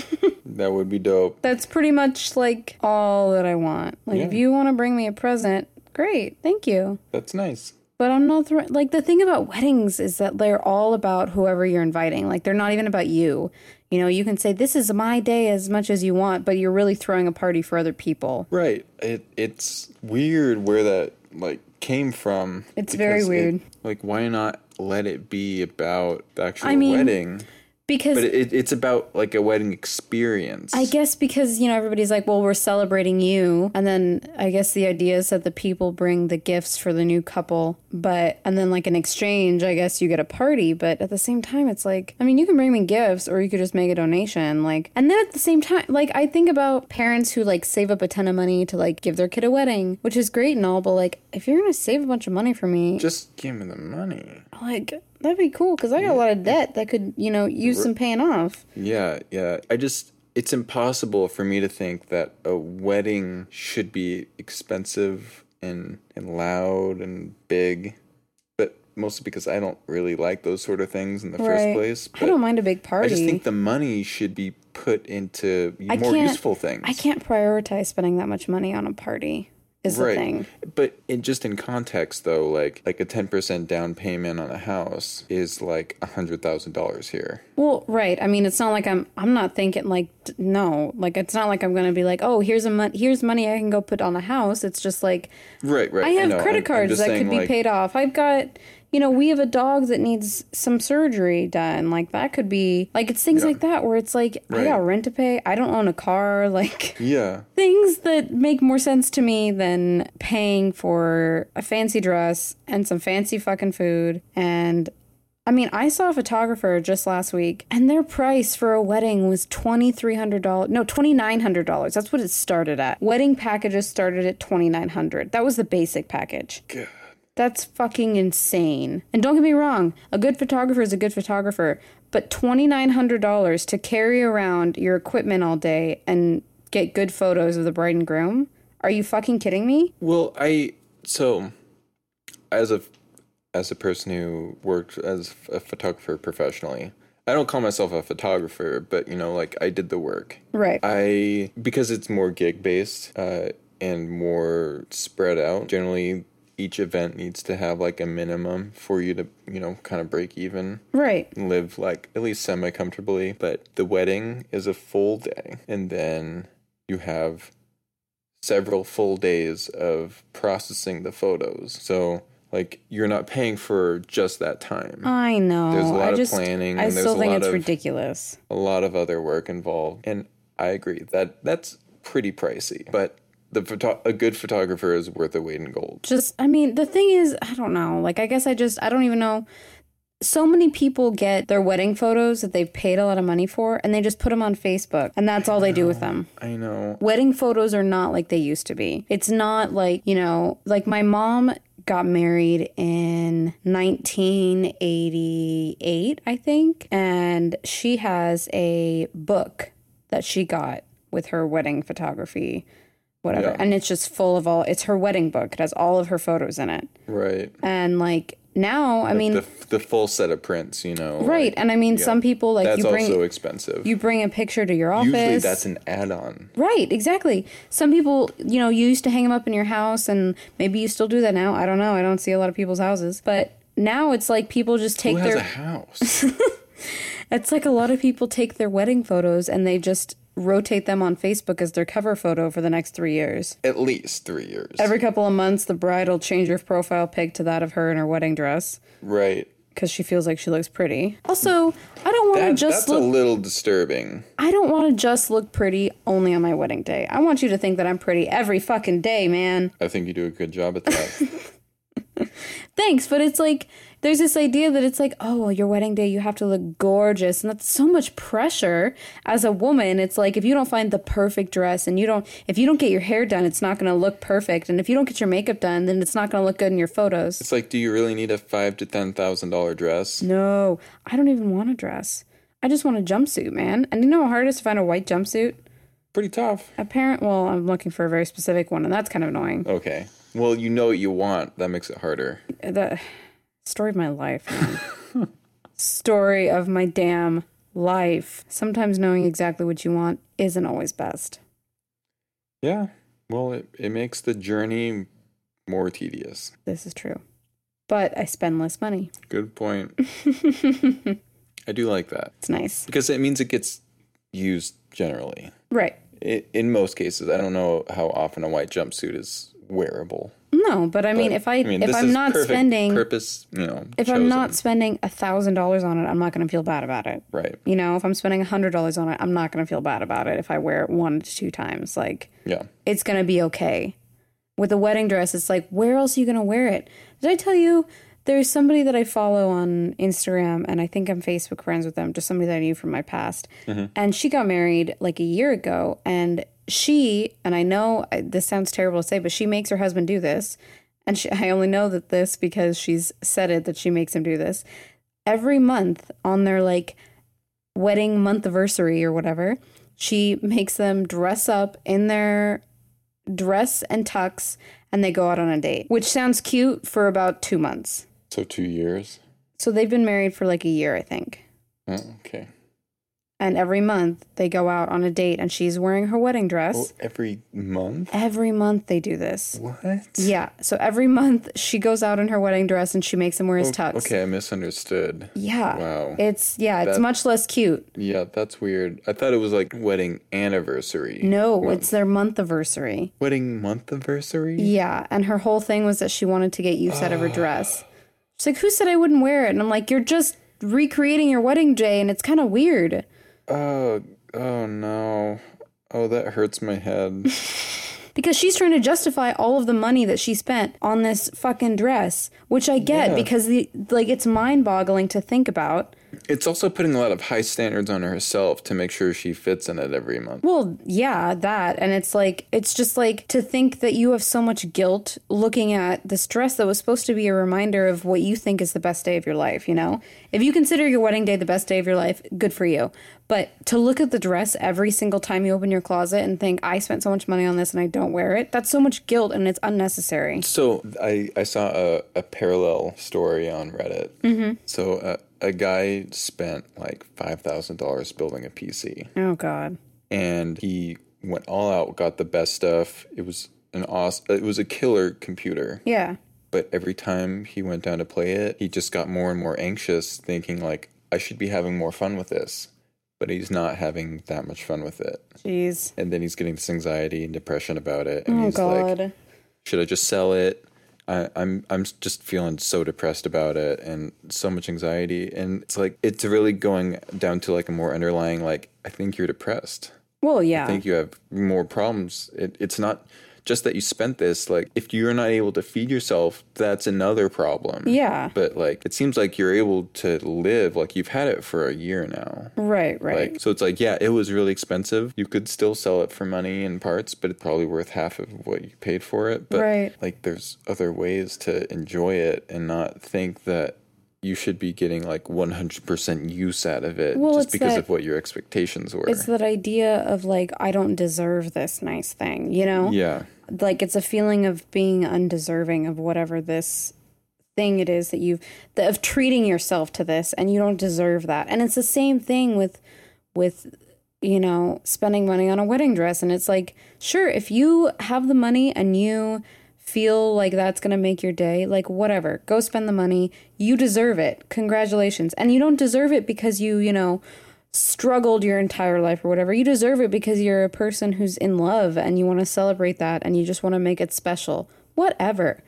Speaker 1: that would be dope.
Speaker 2: That's pretty much like all that I want. Like if
Speaker 1: Yeah.
Speaker 2: you want to bring me a present, great. Thank you.
Speaker 1: That's nice.
Speaker 2: But I'm not thr- like the thing about weddings is that they're all about whoever you're inviting. Like they're not even about you. You know, you can say this is my day as much as you want, but you're really throwing a party for other people.
Speaker 1: Right. It it's weird where that like came from.
Speaker 2: It's very
Speaker 1: because it-
Speaker 2: weird.
Speaker 1: like why not let it be about the actual
Speaker 2: mean,
Speaker 1: wedding?
Speaker 2: Because
Speaker 1: But it, it's about like a wedding experience.
Speaker 2: I guess because you know everybody's like, well, we're celebrating you, and then I guess the idea is that the people bring the gifts for the new couple, but and then like in exchange, I guess you get a party, but at the same time, it's like, I mean, you can bring me gifts, or you could just make a donation, like, and then at the same time, like I think about parents who like save up a ton of money to like give their kid a wedding, which is great and all, but like if you're gonna save a bunch of money for me,
Speaker 1: Just give me the money.
Speaker 2: like that'd be cool because I got a lot of debt that could you know use some paying off.
Speaker 1: Yeah, yeah. I just it's impossible for me to think that a wedding should be expensive and and loud and big. But mostly because I don't really like those sort of things in the first place. But
Speaker 2: I don't mind a big
Speaker 1: I
Speaker 2: party.
Speaker 1: just think the money should be put into more
Speaker 2: can't-
Speaker 1: useful things.
Speaker 2: I can't prioritize spending that much money on a party. Is the thing.
Speaker 1: But in, just in context, though, like like a ten percent down payment on a house is like a hundred thousand dollars here.
Speaker 2: Well, right. I mean, it's not like I'm. I'm not thinking like t- no. Like it's not like I'm gonna be like, oh, here's a mon- here's money I can go put on a house. It's just like
Speaker 1: Right, right.
Speaker 2: I have
Speaker 1: know. I'm-
Speaker 2: credit
Speaker 1: I'm
Speaker 2: cards
Speaker 1: just
Speaker 2: that
Speaker 1: saying,
Speaker 2: could be
Speaker 1: like,
Speaker 2: paid off. I've got. You know, we have a dog that needs some surgery done. Like that could be like it's things like that where it's like I
Speaker 1: Right.
Speaker 2: got rent to pay. I don't own a car. Like
Speaker 1: Yeah,
Speaker 2: things that make more sense to me than paying for a fancy dress and some fancy fucking food and I mean, I saw a photographer just last week, and their price for a wedding was twenty three hundred dollars. No, twenty nine hundred dollars. That's what it started at. Wedding packages started at twenty nine hundred. That was the basic package. That's fucking insane. And don't get me wrong, a good photographer is a good photographer, but $2,900 to carry around your equipment all day and get good photos of the bride and groom? Are you fucking kidding me?
Speaker 1: Well, I so as a as a person who worked as a photographer professionally, I don't call myself a photographer, but you know, like I did the work.
Speaker 2: Right.
Speaker 1: I because it's more gig based uh, and more spread out. Generally, each event needs to have like a minimum for you to you know kind of break even
Speaker 2: right.
Speaker 1: and live like at least semi comfortably. But the wedding is a full day, and then you have several full days of processing the photos. So like you're not paying for just that time.
Speaker 2: I know.
Speaker 1: There's a lot
Speaker 2: I
Speaker 1: of
Speaker 2: just,
Speaker 1: planning,
Speaker 2: I
Speaker 1: and there's
Speaker 2: still
Speaker 1: a
Speaker 2: think
Speaker 1: lot
Speaker 2: it's
Speaker 1: of-
Speaker 2: ridiculous.
Speaker 1: a lot of other work involved, and I agree that that's pretty pricey. But the photo- a good photographer is worth a weight in gold.
Speaker 2: Just, I mean, the thing is, I don't know. Like, I guess I just, I don't even know. so many people get their wedding photos that they've paid a lot of money for and they just put them on Facebook and that's all they do with them.
Speaker 1: I know.
Speaker 2: Wedding photos are not like they used to be. It's not like, you know, like my mom got married in 1988, I think, and she has a book that she got with her wedding photography whatever.
Speaker 1: Yeah.
Speaker 2: And it's just full of all it's her wedding book. It has all of her photos in it.
Speaker 1: Right.
Speaker 2: And like now, I mean,
Speaker 1: the the full set of prints, you know. like,
Speaker 2: right. And I mean, some people like
Speaker 1: that's
Speaker 2: you bring
Speaker 1: also expensive.
Speaker 2: you bring a picture to your office.
Speaker 1: Usually that's an add-on.
Speaker 2: right, exactly. Some people, you know, you used to hang them up in your house, and maybe you still do that now. I don't know. I don't see a lot of people's houses, but now it's like people just take
Speaker 1: Who has
Speaker 2: their.
Speaker 1: a house?
Speaker 2: it's like a lot of people take their wedding photos and they just rotate them on Facebook as their cover photo for the next three years.
Speaker 1: At least three years.
Speaker 2: Every couple of months, the bride will change her profile pic to that of her in her wedding dress.
Speaker 1: right.
Speaker 2: because she feels like she looks pretty. Also, I don't want to
Speaker 1: That,
Speaker 2: just
Speaker 1: that's a
Speaker 2: look.
Speaker 1: little disturbing.
Speaker 2: I don't want to just look pretty only on my wedding day. I want you to think that I'm pretty every fucking day, man.
Speaker 1: I think you do a good job at that.
Speaker 2: Thanks, but it's like there's this idea that it's like, oh, well, your wedding day, you have to look gorgeous, and that's so much pressure as a woman. It's like if you don't find the perfect dress, and you don't, if you don't get your hair done, it's not going to look perfect, and if you don't get your makeup done, then it's not going to look good in your photos.
Speaker 1: it's like, do you really need a five to ten thousand dollar dress?
Speaker 2: No, I don't even want a dress. I just want a jumpsuit, man. And you know how hard it is to find a white jumpsuit?
Speaker 1: Pretty tough.
Speaker 2: Apparent. Well, I'm looking for a very specific one, and that's kind of annoying.
Speaker 1: Okay. Well, you know what you want. That makes it harder.
Speaker 2: The story of my life. man. story of my damn life. Sometimes knowing exactly what you want isn't always best.
Speaker 1: Yeah. Well, it, it makes the journey more tedious.
Speaker 2: This is true. But I spend less money.
Speaker 1: Good point.
Speaker 2: it's
Speaker 1: I do like that
Speaker 2: nice.
Speaker 1: because it means it gets used generally.
Speaker 2: Right.
Speaker 1: I in most cases, I don't know how often a white jumpsuit is wearable.
Speaker 2: No, but I mean,
Speaker 1: But,
Speaker 2: if I, if
Speaker 1: this
Speaker 2: I'm
Speaker 1: is
Speaker 2: not
Speaker 1: perfect
Speaker 2: spending,
Speaker 1: purpose, you know,
Speaker 2: if I'm
Speaker 1: chosen.
Speaker 2: not spending a thousand dollars on it, I'm not going to feel bad about it.
Speaker 1: right,
Speaker 2: You know, if I'm spending a hundred dollars on it, I'm not going to feel bad about it if I wear it one to two times. Like,
Speaker 1: yeah,
Speaker 2: it's gonna be okay. With a wedding dress, it's like, where else are you gonna wear it? Did I tell you there's somebody that I follow on Instagram and I think I'm Facebook friends with them, just somebody that I knew from my past. And she got married like a year ago. And she, and I know I- this sounds terrible to say, but she makes her husband do this. And she, I only know that this because she's said it that she makes him do this. Every month on their like wedding month anniversary or whatever, she makes them dress up in their dress and tux and they go out on a date, which sounds cute for about two months.
Speaker 1: so two years.
Speaker 2: So they've been married for like a year, I think.
Speaker 1: Oh, okay,
Speaker 2: And every month they go out on a date and she's wearing her wedding dress.
Speaker 1: well, every month.
Speaker 2: Every month they do this.
Speaker 1: What?
Speaker 2: Yeah. So every month she goes out in her wedding dress and she makes him wear his tux.
Speaker 1: Oh, Okay, I misunderstood.
Speaker 2: Yeah.
Speaker 1: Wow.
Speaker 2: It's yeah, it's
Speaker 1: That-
Speaker 2: much less cute.
Speaker 1: Yeah, that's weird. I thought it was like wedding anniversary.
Speaker 2: No, it's their month anniversary.
Speaker 1: Wedding month anniversary?
Speaker 2: Yeah, and her whole thing was that she wanted to get use out of her dress. She's like, "Who said I wouldn't wear it?" And I'm like, "You're just recreating your wedding day, and it's kind of weird."
Speaker 1: Oh, oh no. Oh, that hurts my head.
Speaker 2: Because she's trying to justify all of the money that she spent on this fucking dress, which I get because the like it's mind-boggling to think about.
Speaker 1: it's also putting a lot of high standards on herself to make sure she fits in it every month.
Speaker 2: Well, yeah, that and it's like it's just like to think that you have so much guilt looking at this dress that was supposed to be a reminder of what you think is the best day of your life, you know? If you consider your wedding day the best day of your life, good for you. But to look at the dress every single time you open your closet and think I spent so much money on this and I don't wear it, that's so much guilt and it's unnecessary.
Speaker 1: So I, I saw a, a parallel story on Reddit. Mm-hmm. So uh, a guy spent like $5,000 building a PC.
Speaker 2: Oh god.
Speaker 1: and he went all out, got the best stuff. It was an awesome, it was a killer computer.
Speaker 2: Yeah.
Speaker 1: But every time he went down to play it, he just got more and more anxious, thinking like, I should be having more fun with this, but he's not having that much fun with it.
Speaker 2: Jeez.
Speaker 1: And then he's getting this anxiety and depression about it, and
Speaker 2: Oh
Speaker 1: he's
Speaker 2: god.
Speaker 1: like, should I just sell it? I, I'm I'm just feeling so depressed about it and so much anxiety, and it's like it's really going down to like a more underlying like I think you're depressed
Speaker 2: well, yeah.
Speaker 1: think you have more problems. It, it's not just that you spent this, like, if you're not able to feed yourself, that's another problem.
Speaker 2: Yeah.
Speaker 1: But like, it seems like you're able to live, like, you've had it for a year now.
Speaker 2: Right, right.
Speaker 1: Like, so it's like, yeah, it was really expensive. You could still sell it for money in parts, but it's probably worth half of what you paid for it. But
Speaker 2: Right.
Speaker 1: like, there's other ways to enjoy it and not think that you should be getting like 100% use out of it
Speaker 2: Well,
Speaker 1: just
Speaker 2: it's
Speaker 1: because
Speaker 2: that-
Speaker 1: of what your expectations were.
Speaker 2: it's that idea of like, I don't deserve this nice thing, you know?
Speaker 1: yeah.
Speaker 2: Like, it's a feeling of being undeserving of whatever this thing it is that you've, that of treating yourself to this and you don't deserve that. And it's the same thing with, with, you know, spending money on a wedding dress. And it's like, sure, if you have the money and you feel like that's going to make your day, like whatever, go spend the money. You deserve it. Congratulations. And you don't deserve it because you, you know, struggled your entire life or whatever. You deserve it because you're a person who's in love and you want to celebrate that and you just want to make it special. Whatever.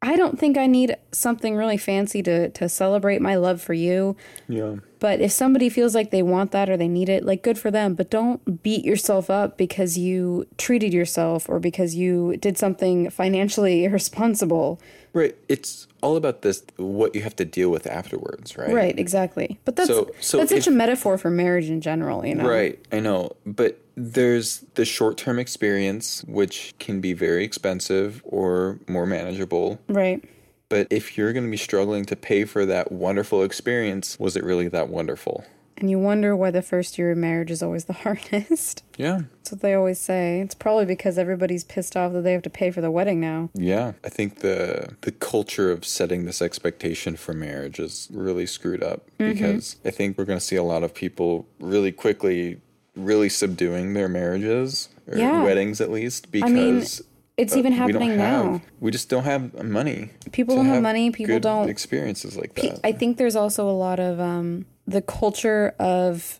Speaker 2: I don't think I need something really fancy to to celebrate my love for you.
Speaker 1: Yeah.
Speaker 2: But if somebody feels like they want that or they need it, like good for them. But don't beat yourself up because you treated yourself or because you did something financially irresponsible.
Speaker 1: Right. It's all about this what you have to deal with afterwards, right?
Speaker 2: Right, exactly. But that's
Speaker 1: So- so
Speaker 2: that's
Speaker 1: if-
Speaker 2: such a metaphor for marriage in general, you know.
Speaker 1: Right. I know. But there's the short term experience, which can be very expensive or more manageable.
Speaker 2: Right.
Speaker 1: But if you're going to be struggling to pay for that wonderful experience, was it really that wonderful?
Speaker 2: And you wonder why the first year of marriage is always the hardest.
Speaker 1: Yeah.
Speaker 2: That's what they always say. It's probably because everybody's pissed off that they have to pay for the wedding now.
Speaker 1: Yeah. I think the the culture of setting this expectation for marriage is really screwed up
Speaker 2: Mm-hmm.
Speaker 1: because I think we're going to see a lot of people really quickly really subduing their marriages or
Speaker 2: Yeah.
Speaker 1: weddings at least because
Speaker 2: mean, It's
Speaker 1: uh,
Speaker 2: even
Speaker 1: we don't
Speaker 2: happening
Speaker 1: have-
Speaker 2: now.
Speaker 1: We just don't have money.
Speaker 2: People
Speaker 1: to
Speaker 2: don't have money, people
Speaker 1: good
Speaker 2: don't-
Speaker 1: experiences like
Speaker 2: Pe-
Speaker 1: that.
Speaker 2: I think there's also a lot of um, the culture of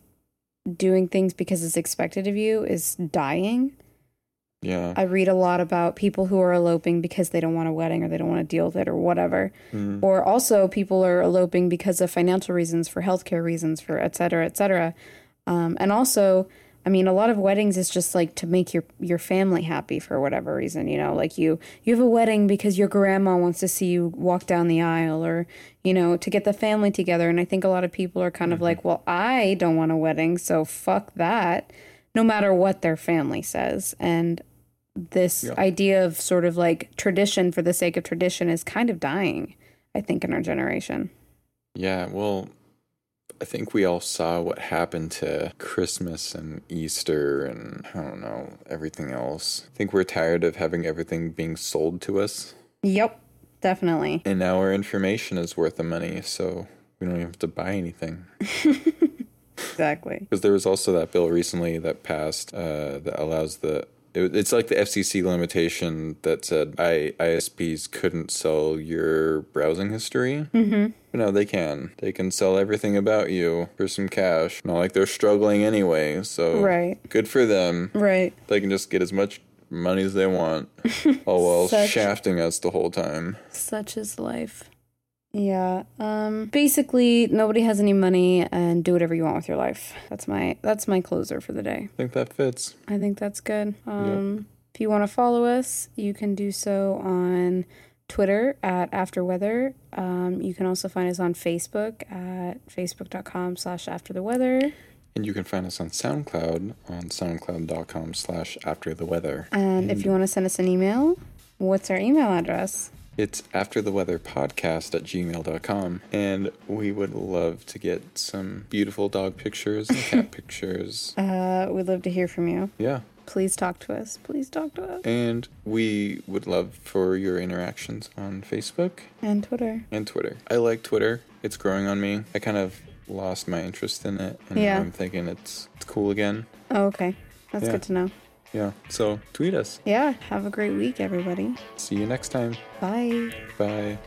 Speaker 2: doing things because it's expected of you is dying.
Speaker 1: yeah.
Speaker 2: I read a lot about people who are eloping because they don't want a wedding or they don't want to deal with it or whatever. Or also people are eloping because of financial reasons, for healthcare reasons, for et cetera, et cetera. Um, and also, I mean, a lot of weddings is just like to make your your family happy for whatever reason. You know, like you you have a wedding because your grandma wants to see you walk down the aisle, or you know, to get the family together. And I think a lot of people are kind of like, well, I don't want a wedding, so fuck that. No matter what their family says, and this idea of sort of like tradition for the sake of tradition is kind of dying. I think in our generation.
Speaker 1: yeah. Well, I think we all saw what happened to Christmas and Easter and I don't know, everything else. I think we're tired of having everything being sold to us.
Speaker 2: Yep, definitely.
Speaker 1: And now our information is worth the money. So we don't even have to buy anything.
Speaker 2: Exactly.
Speaker 1: Because there was also that bill recently that passed uh, that allows the. It, it's like the FCC limitation that said I, ISPs couldn't sell your browsing history. Mm-hmm. But now they can. They can sell everything about you for some cash. Not like they're struggling anyway. So
Speaker 2: Right.
Speaker 1: good for them.
Speaker 2: Right.
Speaker 1: They can just get as much money as they want. all while
Speaker 2: Such-
Speaker 1: shafting us the whole time.
Speaker 2: Such is life. Yeah. Um basically nobody has any money and do whatever you want with your life. That's my that's my closer for the day.
Speaker 1: I think that fits.
Speaker 2: I think that's good. Um if you want to follow us, you can do so on Twitter at After Weather. Um, you can also find us on Facebook at facebook.com slash after the weather.
Speaker 1: And you can find us on SoundCloud on soundcloud.com slash after the weather.
Speaker 2: And if you want to send us an email, what's our email address?
Speaker 1: It's after the weather podcast at gmail.com. And we would love to get some beautiful dog pictures and cat pictures.
Speaker 2: Uh, we'd love to hear from you.
Speaker 1: Yeah.
Speaker 2: Please talk to us. Please talk to us.
Speaker 1: And we would love for your interactions on Facebook
Speaker 2: And Twitter.
Speaker 1: and Twitter. I like Twitter, it's growing on me. I kind of lost my interest in it. And now
Speaker 2: Yeah.
Speaker 1: I'm thinking it's, it's cool again.
Speaker 2: Oh, okay. That's
Speaker 1: Yeah.
Speaker 2: good to know.
Speaker 1: Yeah. So tweet us.
Speaker 2: Yeah. Have a great week, everybody.
Speaker 1: See you next time.
Speaker 2: Bye.
Speaker 1: Bye.